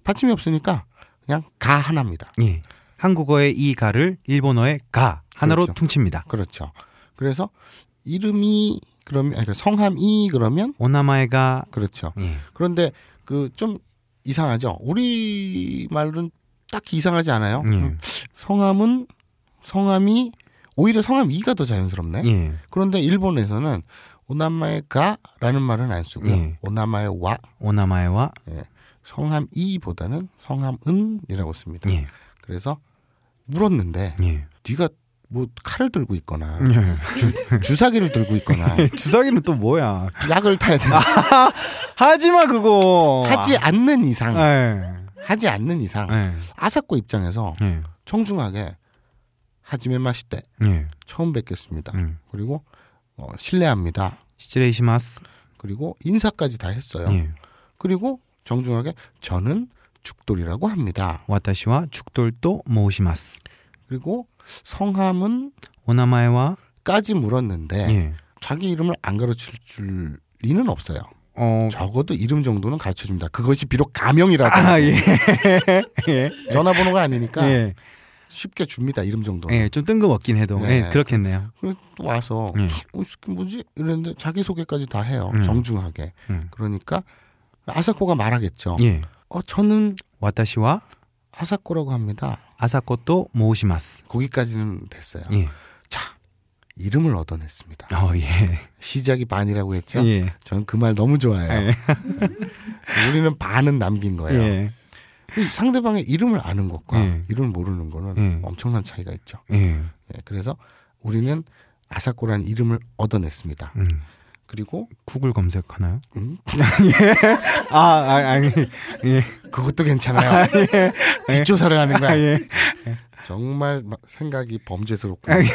받침이 없으니까 그냥 가 하나입니다. 예. 한국어의 이 가를 일본어의 가 하나로 그렇죠. 퉁칩니다. 그렇죠. 그래서 이름이 그러면 아니, 그러니까 성함이 그러면 오나마에가 그렇죠. 예. 그런데 그 좀 이상하죠. 우리 말은 딱히 이상하지 않아요. 음, 예. 성함은 성함이 오히려 성함 이가 더 자연스럽네. 예. 그런데 일본에서는 오나마의 가라는 말은 안 쓰고요. 예. 오나마의 와 오나마에와 성함 이보다는 성함 은이라고 씁니다. 예. 그래서 물었는데 예. 네가 뭐 칼을 들고 있거나 음. 주, 주사기를 들고 있거나 *laughs* 주사기는 또 뭐야? 약을 타야 된다. 하지마 그거. 하지 않는 이상 예. 하지 않는 이상 예. 아사코 입장에서 예. 청중하게 하지메 마시떼 예. 처음 뵙겠습니다. 음. 그리고 어, 실례합니다. 시레이시마스. 그리고 인사까지 다 했어요. 예. 그리고 정중하게 저는 죽돌이라고 합니다. 와타시와 죽돌도 모시마스. 그리고 성함은 오나마에와 까지 물었는데 예. 자기 이름을 안 가르칠 줄 리는 없어요. 어. 적어도 이름 정도는 가르쳐 줍니다. 그것이 비록 가명이라도 아 예. 예. 전화번호가 아니니까 예. 쉽게 줍니다. 이름 정도는. 예. 좀 뜬금없긴 해도. 네. 예. 그렇겠네요. 그래서 또 와서 예. 어, 이 새끼 뭐지? 이랬는데 자기 소개까지 다 해요. 음. 정중하게. 음. 그러니까 아사코가 말하겠죠. 예. 어 저는 와타시와 아사코라고 합니다. 아사코도 모시마스. 거기까지는 됐어요. 예. 자 이름을 얻어냈습니다. 어 예. 시작이 반이라고 했죠. 예. 저는 그 말 너무 좋아해요. 예. *laughs* 우리는 반은 남긴 거예요. 예. 이 상대방의 이름을 아는 것과 예. 이름을 모르는 거는 예. 엄청난 차이가 있죠. 예. 예, 그래서 우리는 아사코라는 이름을 얻어냈습니다. 음. 그리고 구글 검색하나요? 음, *laughs* 아, 아 아니. 예. 그것도 괜찮아요. 뒷조사를 하는 거야. 아, 예. 정말 마- 생각이 범죄스럽고. 아, 예.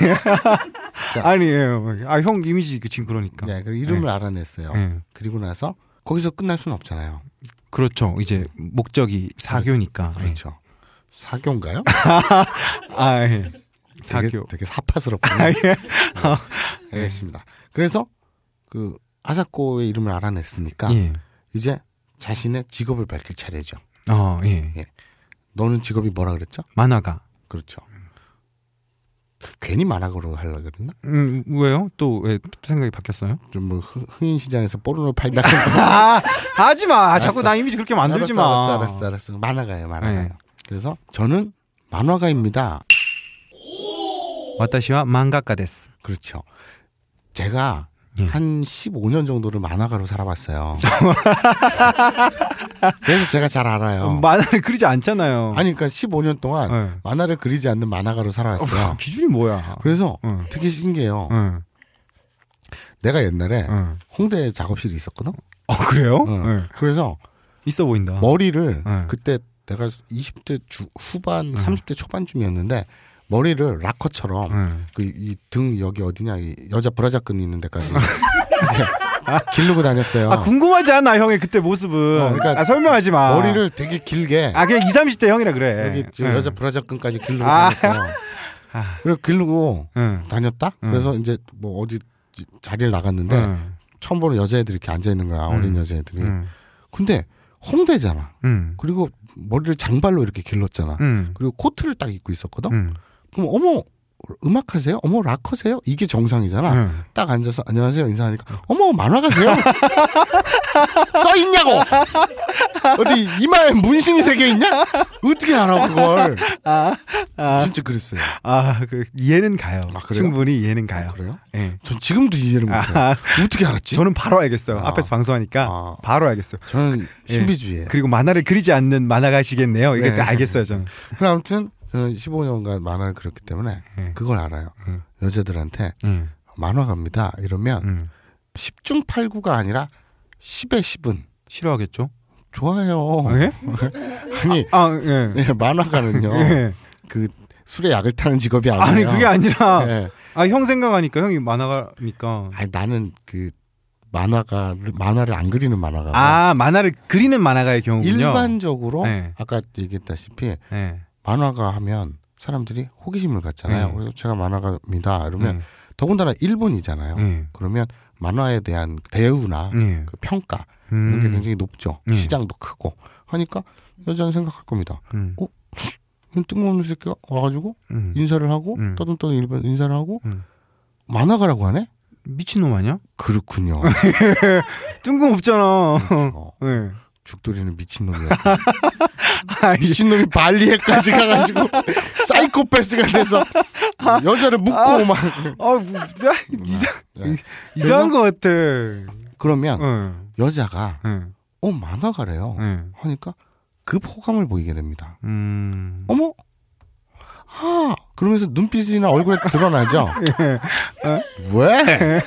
자, 아니, 예. 아, 형 이미지 그 지금 그러니까. 예, 그리고 이름을 알아냈어요. 예. 그리고 나서 거기서 끝날 수는 없잖아요. 그렇죠. 이제 목적이 사교니까. 그렇죠. *laughs* 사교인가요? 예. 아, 예. 사교. 아, 예. 어. 되게, 되게 사파스럽군요. 네, 예, 알겠습니다. 그래서 그 아사코의 이름을 알아냈으니까 예. 이제 자신의 직업을 밝힐 차례죠. 어, 예. 너는 직업이 뭐라 그랬죠? 만화가. 그렇죠. 괜히 만화가로 하려고 그랬나? 음, 왜요? 또 왜 생각이 바뀌었어요? 좀 뭐 흥인 시장에서 포르노 팔다 그런 거. 아, 하지 마. 알았어. 자꾸 나 이미지 그렇게 만들지 마. 알았어, 알았어, 알았어, 알았어. 만화가예요, 만화가요. 네. 그래서 저는 만화가입니다. 와타시와 망가카 데스. 그렇죠. 제가 예. 한 15년 정도를 만화가로 *laughs* 살아봤어요. 그래서 제가 잘 알아요. 어, 만화를 *laughs* 그리지 않잖아요. 어. 아니 그러니까 15년 동안 예. 만화를 그리지 않는 만화가로 살아왔어요. *laughs* 기준이 뭐야? 예. 그래서 응. 되게 신기해요. 응. 내가 옛날에 응. 홍대 작업실이 있었거든. 예. 어, 그래요? 응. 응. 그래서 있어 네. 보인다. 뭐? 머리를 응. 그때 내가 20대 주, 후반, 네. 30대 초반쯤이었는데 머리를 락커처럼 응. 그 이 등 여기 어디냐 이 여자 브라자끈 있는 데까지 이렇게 기르고 다녔어요. 아, 궁금하지 않아, 형의 그때 모습은. 어, 그러니까 아, 설명하지 마. 머리를 되게 길게 아, 그냥 20, 30대 형이라 그래. 예. 여기 저 응. 여자 브라자끈까지 기르고 아. 다녔어요. 아. 음. 그리고 기르고 응. 다녔다. 응. 그래서 이제 뭐 어디 자리를 나갔는데 응. 처음 보는 여자애들이 이렇게 앉아 있는 음. 거야 어린 여자애들이. 응. 근데 홍대잖아. 응. 그리고 머리를 장발로 이렇게 길렀잖아. 응. 그리고 코트를 딱 입고 있었거든. 응. 그럼 어머 음악하세요? 어머 락커세요? 이게 정상이잖아. 응. 딱 앉아서 안녕하세요 인사하니까 어머 만화가세요? *laughs* 써 있냐고 어디 이마에 문신이 새겨 있냐? 어떻게 알아 그걸? 진짜 그랬어요. 아, 그 이해는 가요. 아, 그래요? 충분히 이해는 가요. 아, 그래요? 예. 전 지금도 이해를 못해요. 아, 어떻게 알았지? 저는 바로 알겠어요. 앞에서 방송하니까 아. 바로 알겠어요. 저는 신비주의예요. 네. 그리고 만화를 그리지 않는 만화가시겠네요. 이게 네. 딱 *laughs* 알겠어요, 저는. 그럼 아무튼 저는 15년간 만화를 그렸기 때문에 예. 그걸 알아요. 음. 여자들한테 음. 만화가입니다 이러면 음. 10중 8구가 아니라 10에 10은 싫어하겠죠? 좋아요. 예? 아니 아, 예. 예, 만화가는요. 예. 그 술에 약을 타는 직업이 아니에요. 아니, 그게 아니라 예. 아, 형 생각하니까 형이 만화가니까 아니, 나는 그 만화가를 만화를 안 그리는 만화가 아, 만화를 그리는 만화가의 경우군요. 일반적으로 네. 아까 얘기했다시피 예. 만화가 하면 사람들이 호기심을 갖잖아요. 네. 그래서 제가 만화가입니다. 이러면 예. 더군다나 일본이잖아요. 예. 그러면 만화에 대한 대우나 예. 그 평가 음. 이런 게 굉장히 높죠. 네. 시장도 크고 하니까 여자는 생각할 겁니다. 음. 이 뜬금없는 새끼가 와가지고 음. 인사를 하고 음. 떠듬떠듬 일본 인사를 하고 음. 만화가라고 하네? 미친놈 아니야? *laughs* 그렇군요. 뜬금없잖아. 어, *laughs* 예. 죽돌이는 *laughs* 미친놈이야. 미친놈이 발리에까지 가가지고 *laughs* 사이코패스가 돼서 여자를 묶고 막 아, 뭐, 진짜 이상, 예. 이상한 그래서- 어. 것 같아. 예. 그러면 응, 여자가 응, 어 예. 만화가래요 그 응. 하니까 급 호감을 보이게 됩니다. 음, 어머 하 아, 그러면서 눈빛이나 얼굴에 *laughs* 드러나죠. 예. 왜?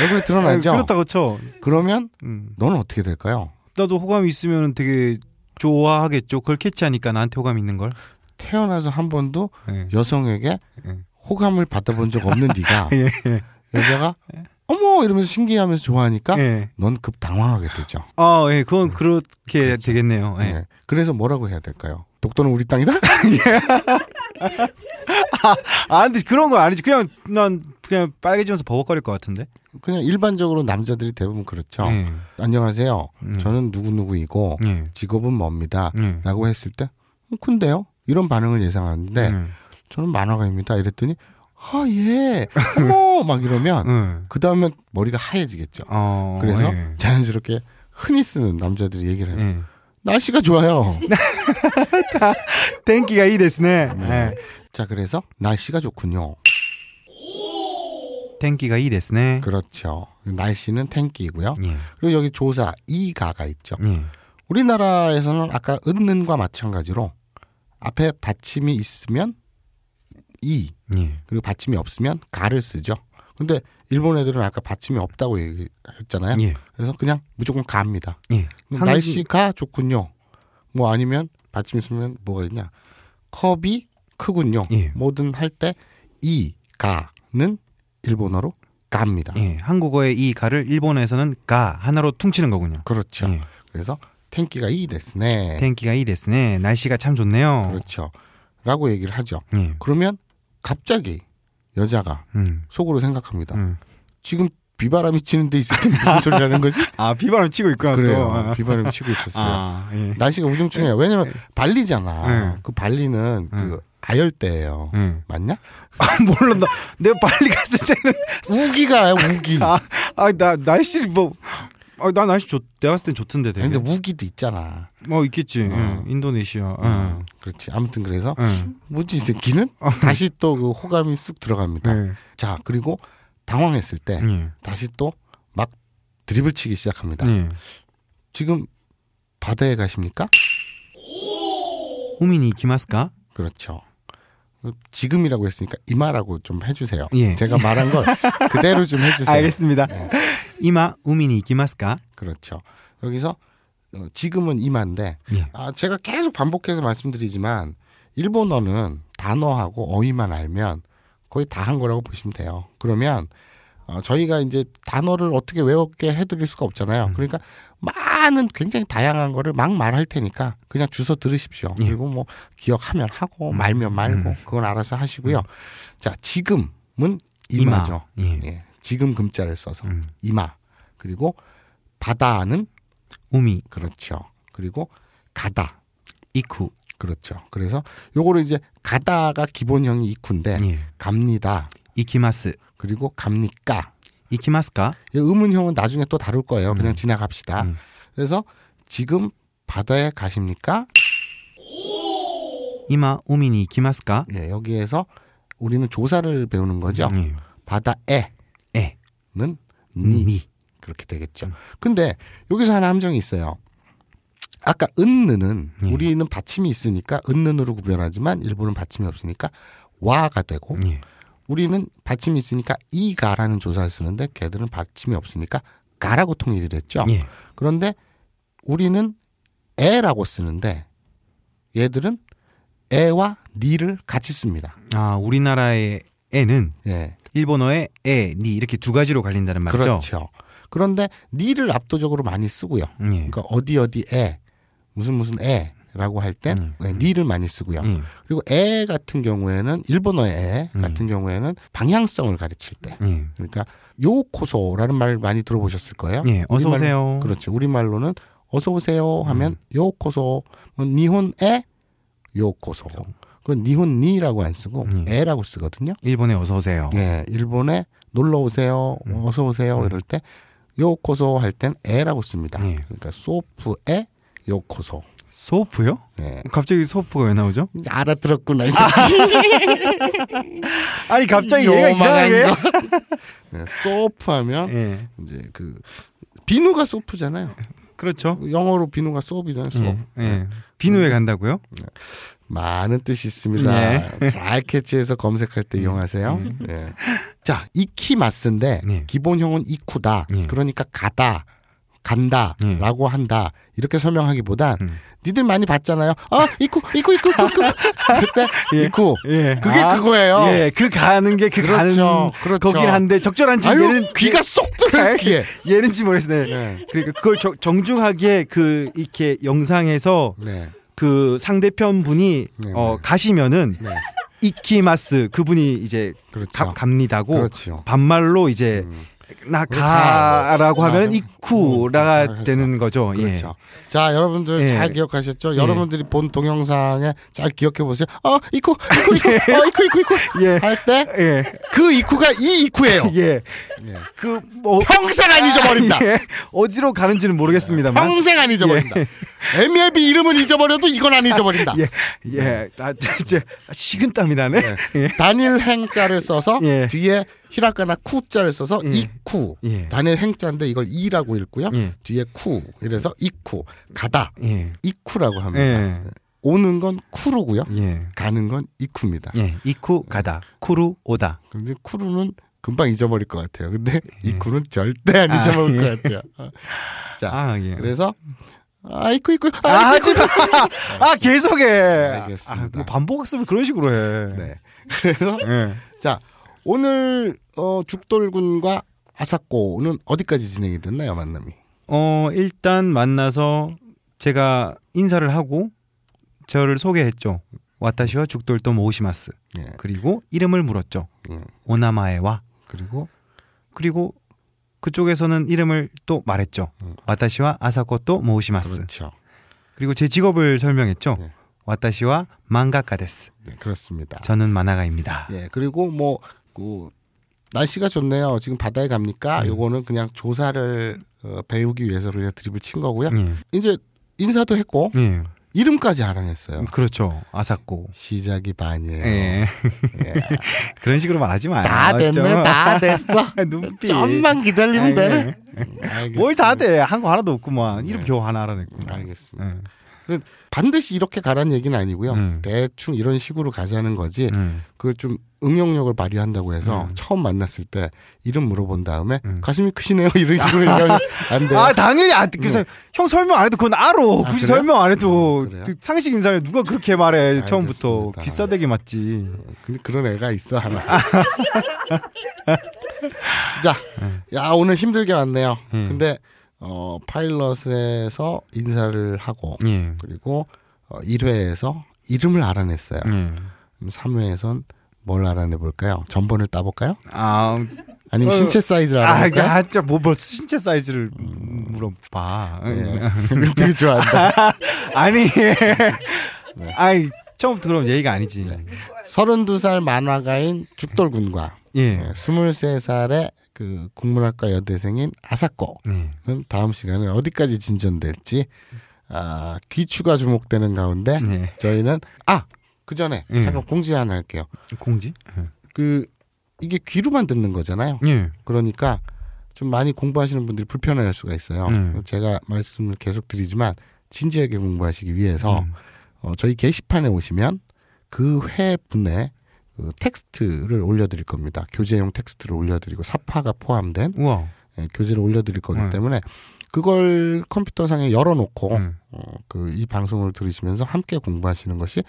얼굴에 드러나죠. 어? 그렇다고 쳐. 그러면 음. 너는 어떻게 될까요? 나도 호감이 있으면 되게 좋아하겠죠. 그걸 캐치하니까 나한테 호감 있는 걸. 태어나서 한 번도 예. 여성에게 예. 호감을 받아본 적 없는 *laughs* 네가 예, 예. 여자가 어머 이러면서 신기해하면서 좋아하니까 예. 넌 급 당황하게 되죠. 아, 예. 그건 그렇게 되겠네요. 예. 예. 그래서 뭐라고 해야 될까요? 독도는 우리 *laughs* 땅이다? 아, 근데 그런 거 아니지. 그냥 난 그냥 빨개지면서 버벅거릴 것 같은데. 그냥 일반적으로 남자들이 대부분 그렇죠. 예. 안녕하세요. 음. 저는 누구누구이고 예. 직업은 뭡니다. 예. 라고 했을 때 음, 근데요? 이런 반응을 예상하는데 예. 저는 만화가입니다. 이랬더니 아 *laughs* 예. 어머 막 이러면 예. 그 다음에 머리가 하얘지겠죠. 어. 그래서 예. 자연스럽게 흔히 쓰는 남자들이 얘기를 해요. 예. 날씨가 좋아요. *laughs* 네. 땡기가 이 됐네. 예. 자 그래서 날씨가 좋군요. 땡기가 이 됐네. 그렇죠. 날씨는 탱기이고요. 예. 그리고 여기 조사 이가가 있죠. 예. 우리나라에서는 아까 은는과 마찬가지로 앞에 받침이 있으면 이 예. 그리고 받침이 없으면 가를 쓰죠. 근데 일본 애들은 아까 받침이 없다고 얘기했잖아요. 예. 그래서 그냥 무조건 가입니다. 예. 한국- 날씨가 좋군요. 뭐 아니면 받침 있으면 뭐가 있냐. 컵이 크군요. 예. 뭐든 할 때 이가는 일본어로 갑니다. 예. 한국어의 이 가를 일본에서는 가 하나로 퉁치는 거군요. 그렇죠. 예. 그래서 텐키가 이 데스네. 땡기가 이 됐네. 날씨가 참 좋네요. 그렇죠. 라고 얘기를 하죠. 예. 그러면 갑자기 여자가 음. 속으로 생각합니다. 음. 지금 비바람이 치는데 이 새끼 *laughs* 무슨 소리라는 거지? 아 비바람 치고 있구나 그래요. 또. 아. 비바람이 치고 있었어요. 아, 예. 날씨가 우중충해요. 왜냐면 발리잖아. 예. 그 발리는 그 아열대예요. 예. 맞냐? 아, 몰라. 나, 내가 빨리 갔을 때는. 우기가 우기. 아, 아, 나, 날씨, 뭐. 아, 나 날씨 좋, 내가 봤을 땐 좋던데 되게. 근데 그러니까 우기도 있잖아. 음, 뭐 있겠지. 응, 인도네시아. 어. 네. 응. 그렇지. 아무튼 그래서 응. 뭐지 이 새끼는 어, 네. 다시 또 그 호감이 쑥 들어갑니다. 예. 자 그리고 당황했을 때 예. 다시 또 막 드립을 치기 시작합니다. 예. 지금 바다에 가십니까? 우민이 기마스까? 그렇죠. 지금이라고 했으니까 이마라고 좀 해주세요. 예. 제가 말한 *laughs* 걸 그대로 좀 해주세요. 알겠습니다. 네. 이마 우민이 기마스까? 그렇죠. 여기서 어, 지금은 이마인데 예. 아, 제가 계속 반복해서 말씀드리지만 일본어는 단어하고 어휘만 알면 거의 다 한 거라고 보시면 돼요. 그러면 어, 저희가 이제 단어를 어떻게 외웠게 해드릴 수가 없잖아요. 그러니까 많은 굉장히 다양한 거를 막 말할 테니까 그냥 주워 들으십시오. 예. 그리고 뭐 기억하면 하고 말면 말고 그건 알아서 하시고요. 자 지금은 이마죠. 이마. 예. 예. 지금 금자를 써서 음. 이마 그리고 바다는 우미 그렇죠. 그리고 가다 이쿠. 그렇죠. 그래서 요거를 이제 가다가 기본형이 이쿠인데 예. 갑니다. 이키마스. 그리고 갑니까. 이키마스까? 이 의문형은 나중에 또 다룰 거예요. 그냥 지나갑시다. 음. 그래서 지금 바다에 가십니까? 이마 우민이 기마스까? 예, 여기에서 우리는 조사를 배우는 거죠. 예. 바다에는 에. 니 음. 그렇게 되겠죠. 근데 여기서 하나 함정이 있어요. 아까 은느는 예. 우리는 받침이 있으니까 은느으로 구별하지만 일본은 받침이 없으니까 와가 되고 예. 우리는 받침이 있으니까 이가라는 조사를 쓰는데 걔들은 받침이 없으니까 가라고 통일이 됐죠. 예. 그런데 우리는 에라고 쓰는데 얘들은 에와 니를 같이 씁니다. 아, 우리나라의 에는 예. 일본어의 에, 니 이렇게 두 가지로 갈린다는 말이죠. 그렇죠. 그런데 니를 압도적으로 많이 쓰고요. 예. 그러니까 어디 어디 에 무슨 무슨 에라고 할 땐 음. 네, 니를 많이 쓰고요. 예. 그리고 에 같은 경우에는 일본어의 에 음. 같은 경우에는 방향성을 가르칠 때 예. 그러니까 요코소라는 말 많이 들어보셨을 거예요. 예, 어서 우리말로- 오세요. 음. 그렇죠. 우리말로는 어서 오세요 하면 요코소 뭐 니혼에 요코소. 그건 니혼니라고 안 쓰고 그렇죠. 음. 에라고 쓰거든요. 일본에 어서 오세요. 예, 일본에 놀러 오세요, 음. 어서 오세요 이럴 때 요코소 할 땐 에라고 씁니다. 예. 그러니까 소프에 요코소. 소프요? 예. 갑자기 소프가 왜 나오죠? 이제 알아들었구나. 이제. 아니 갑자기 얘가 요만한 이상하게. 거. *laughs* 예, 소프하면 예. 이제 그 비누가 소프잖아요. 그렇죠. 네. 영어로 비누가 소프잖아요. 소프. 예. 예. 비누에 간다고요? 많은 뜻이 있습니다. 예. 잘 캐치해서 검색할 음. 때 이용하세요. 예. 자, 이키마스인데 네. 기본형은 이쿠다. 예. 그러니까 가다. 예. 간다라고 한다 이렇게 설명하기보단 음. 니들 많이 봤잖아요. 아 이쿠 이쿠 이쿠 이쿠 이쿠. 그때 예. 이쿠 예. 그게 아, 그거예요. 예, 그 가는 게 그 그렇죠, 가는 그렇죠. 거긴 한데 적절한지 아유 얘는 예. 귀가 쏙 들어 귀에. 얘는지 모르겠어요. 네. 네. 그러니까 그걸 정- 정중하게 그 이렇게 영상에서 네. 그 상대편 분이 네, 어 네. 가시면은 네. 이키마스 그분이 이제 그렇죠. 갑, 갑니다고 그렇지요. 음. 반말로 이제 나 가라고 가. 하면 이쿠라가 그렇죠. 되는 거죠. 그렇죠. 자, 여러분들 예. 잘 기억하셨죠? 예. 여러분들이 본 동영상에 잘 기억해 보세요. 어, 이쿠, 이쿠, *laughs* 이쿠, 어, 이쿠, 이쿠, 이쿠. 예. 할 때 그 예. 예. 이쿠가 이 그렇죠. 어. 이쿠예요. *laughs* 예. 그 뭐, 평생 안 잊어버린다. 예. 어디로 가는지는 모르겠습니다만. 평생 안 잊어버린다. 애미애비 이름은 잊어버려도 이건 안 잊어버린다. *laughs* 예. 네. 예. 아, 이제 식은땀이 나네. 예. 단일 행자를 써서 예. 뒤에 히라가나 쿠자를 써서 예. 이쿠. 예. 단일 행자인데 이걸 이라고 읽고요. 예. 뒤에 쿠. 이래서 이쿠. 가다. *laughs* 예. 이쿠라고 합니다. 예. 오는 건 쿠루고요. 예. 가는 건 이쿠입니다. 예. 이쿠 가다. 쿠루 오다. 근데 쿠루는 금방 잊어버릴 것 같아요. 근데 이쿠는 절대 안 예. 아, 잊어버릴 예. 것 같아요. 어. 자, 아, 예. 그래서 아 이쿠 이쿠 아, 아, 이쿠, 하지 마. 아, 계속해. 알겠습니다. 아, 뭐 반복학습을 그런 식으로 해. 이쿠. 네. 그래서 예. 자 오늘 어, 죽돌군과 아사코는 어디까지 진행이 됐나요 만남이? 어, 일단 만나서 제가 인사를 하고 저를 소개했죠. 와타시와 죽돌도 모시마스. 예. 그리고 이름을 물었죠. 음. 오나마에와. 그리고 그리고 그쪽에서는 이름을 또 말했죠. 와타시와 아사코또 모시마스. 그렇죠. 그리고 제 직업을 설명했죠. 네. 와타시와 망가카 데스. 네, 그렇습니다. 저는 만화가입니다. 예 그리고 뭐 그, 날씨가 좋네요. 지금 바다에 갑니까? 음. 요거는 그냥 조사를 어, 배우기 위해서 그냥 드립을 친 거고요. 예. 이제 인사도 했고 예. 이름까지 알아냈어요. 그렇죠. 아사코. 시작이 반이에요. 예. *laughs* 그런 식으로 말하지 마요. 다 됐네, 좀. 다 됐어. *laughs* 눈빛. 좀만 기다리면 아, 아이, 예. 되네. 예. 뭘 다 돼. 한 거 하나도 없구만. 이름 겨우 하나 알아냈고. 알겠습니다. 예. 그래, 반드시 이렇게 가라는 얘기는 아니고요. 음. 대충 이런 식으로 가자는 거지. 음. 그걸 좀 응용력을 발휘한다고 해서 처음 만났을 때 이름 물어본 다음에 가슴이 크시네요 *laughs* 이런 *laughs* 식으로 얘기하면 안 돼요. 아 당연히 안 그래서 형 설명 안 해도 그건 알아. 굳이 음. 그래요? 설명 안 해도 음, 그래요? 그 상식 인사를 누가 그렇게 말해 처음부터 알겠습니다. 귀싸대기 맞지. 근데 그런 애가 있어 하나. 아. *laughs* 자, 음. 야 오늘 힘들게 왔네요. 근데 어, 파일럿에서 인사를 하고 예. 그리고 어, 1회에서 이름을 알아냈어요. 예. 그럼 3회에선 뭘 알아내 볼까요? 전번을 따볼까요? 아, 아니면 어, 신체 사이즈를 아, 아, 알아볼까요? 진짜 뭐뭐 신체 사이즈를 물어봐. 예. 이걸 되게 좋아한다. *laughs* 아니, 네. 아이 처음부터 그럼 예의가 아니지. 32살 만화가인 죽돌군과 예. 23살의 그 국문학과 여대생인 아사코 네. 는 다음 시간에 어디까지 진전될지 아, 귀추가 주목되는 가운데 네. 저희는 아 그 전에 예. 잠깐 공지 하나 할게요. 공지? 그 이게 귀로만 듣는 거잖아요. 예. 그러니까 좀 많이 공부하시는 분들이 불편해할 수가 있어요. 음. 제가 말씀을 계속 드리지만 진지하게 공부하시기 음. 위해서 어, 저희 게시판에 오시면 그 회분에 그 텍스트를 올려드릴 겁니다. 교재용 텍스트를 올려드리고 사파가 포함된 우와. 예, 교재를 올려드릴 거기 음. 때문에 그걸 컴퓨터상에 열어놓고 음. 그 이 방송을 들으시면서 함께 공부하시는 것이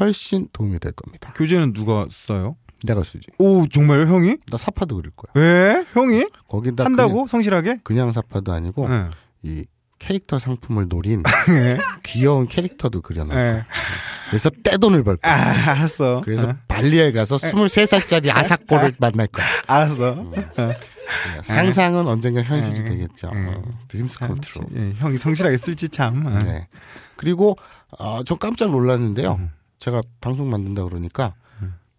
훨씬 도움이 될 겁니다. 교재는 누가 써요? 내가 쓰지. 오 정말요 형이? 나 사파도 그릴 거야. 왜 형이 거기다 한다고 성실하게? 그냥, 그냥 사파도 아니고 예. 이 캐릭터 상품을 *laughs* 노린 예. 귀여운 캐릭터도 그려놔. 예. 그래서 떼돈을 벌 아, 거야. 알았어. 그래서 어, 발리에 가서 23살짜리 네. 아사코를 만날 거야. 알았어. 음, 네. 상상은 언젠가 현실이 에. 되겠죠. 네. 어, 드림스 컨트롤. 예, 형이 성실하게 쓸지 참. 어. 네. 그리고 아, 저 깜짝 놀랐는데요. 음. 제가 방송 만든다 그러니까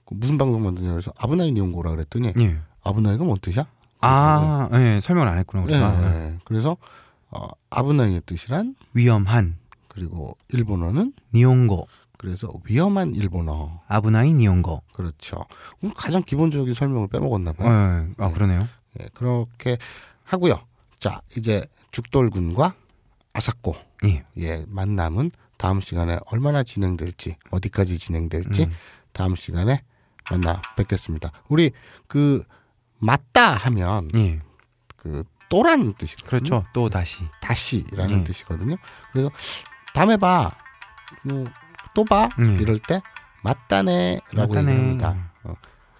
그 무슨 방송 만드냐 그래서 아브나이 니온고라 그랬더니 예. 아브나이가 뭔 뜻이야? 아, 예, 설명을 안 했구나. 네. 우리가. 네. 그래서 어, 아브나이의 뜻이란 위험한 그리고 일본어는 니온고 그래서 위험한 일본어. 아브나이 니온고. 그렇죠. 그럼 가장 기본적인 설명을 빼먹었나 예. 봐요. 아 그러네요. 네, 그렇게 하고요. 자, 이제 죽돌군과 아사코 예. 예, 만남은 다음 시간에 얼마나 진행될지 어디까지 진행될지 다음 시간에 만나 뵙겠습니다. 우리 그 맞다 하면 예. 그 또라는 뜻이거든요. 그렇죠. 또 다시. 다시라는 네. 뜻이거든요. 그래서 다음에 봐, 뭐, 또 봐, 네. 이럴 때 맞다네라고 맞다네. 얘기합니다. 어.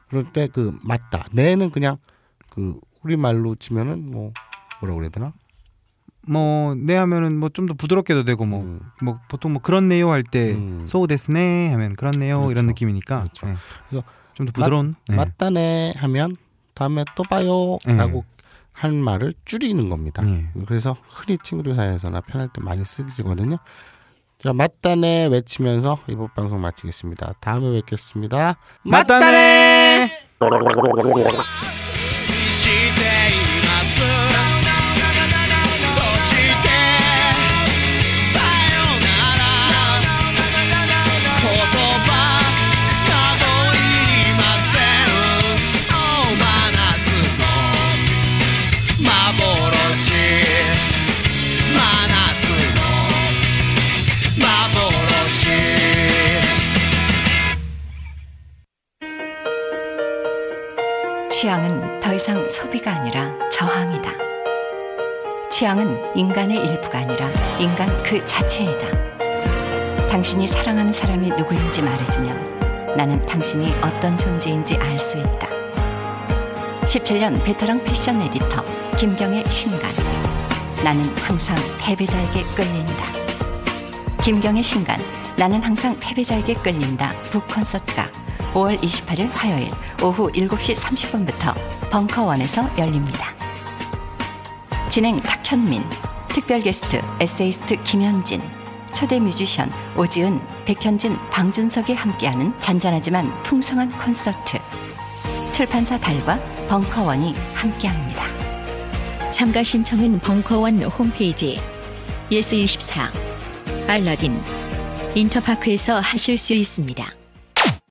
그럴 때 그 맞다, 네는 그냥 그 우리 말로 치면은 뭐 뭐라 그래야 되나? 뭐, 네 하면은 뭐 좀 더 부드럽게도 되고 뭐, 음. 뭐 보통 뭐 그렇네요 할 때, 음. 소우 데스네 하면 그렇네요 이런 그렇죠. 느낌이니까. 그렇죠. 네. 그래서 좀 더 부드러운. 네. 맞다네 하면 다음에 또 네. 봐요라고 한 말을 줄이는 겁니다. 네. 그래서 흔히 친구들 사이에서나 편할 때 많이 쓰거든요. 자, 맞다네 외치면서 이번 방송 마치겠습니다. 다음에 뵙겠습니다. 맞다네! していますそしてさよなら言葉などいりません青真夏の幻真夏の幻 취향은 더 이상 소비가 아니라 저항이다. 취향은 인간의 일부가 아니라 인간 그 자체이다. 당신이 사랑하는 사람이 누구인지 말해주면 나는 당신이 어떤 존재인지 알 수 있다. 17년 베테랑 패션 에디터 김경의 신간. 나는 항상 패배자에게 끌린다. 김경의 신간 나는 항상 패배자에게 끌린다 북 콘서트가 5월 28일 화요일 오후 7시 30분부터 벙커원에서 열립니다. 진행 탁현민, 특별 게스트 에세이스트 김현진, 초대 뮤지션 오지은, 백현진, 방준석이 함께하는 잔잔하지만 풍성한 콘서트. 출판사 달과 벙커원이 함께합니다. 참가 신청은 벙커원 홈페이지 예스24 알라딘 인터파크에서 하실 수 있습니다.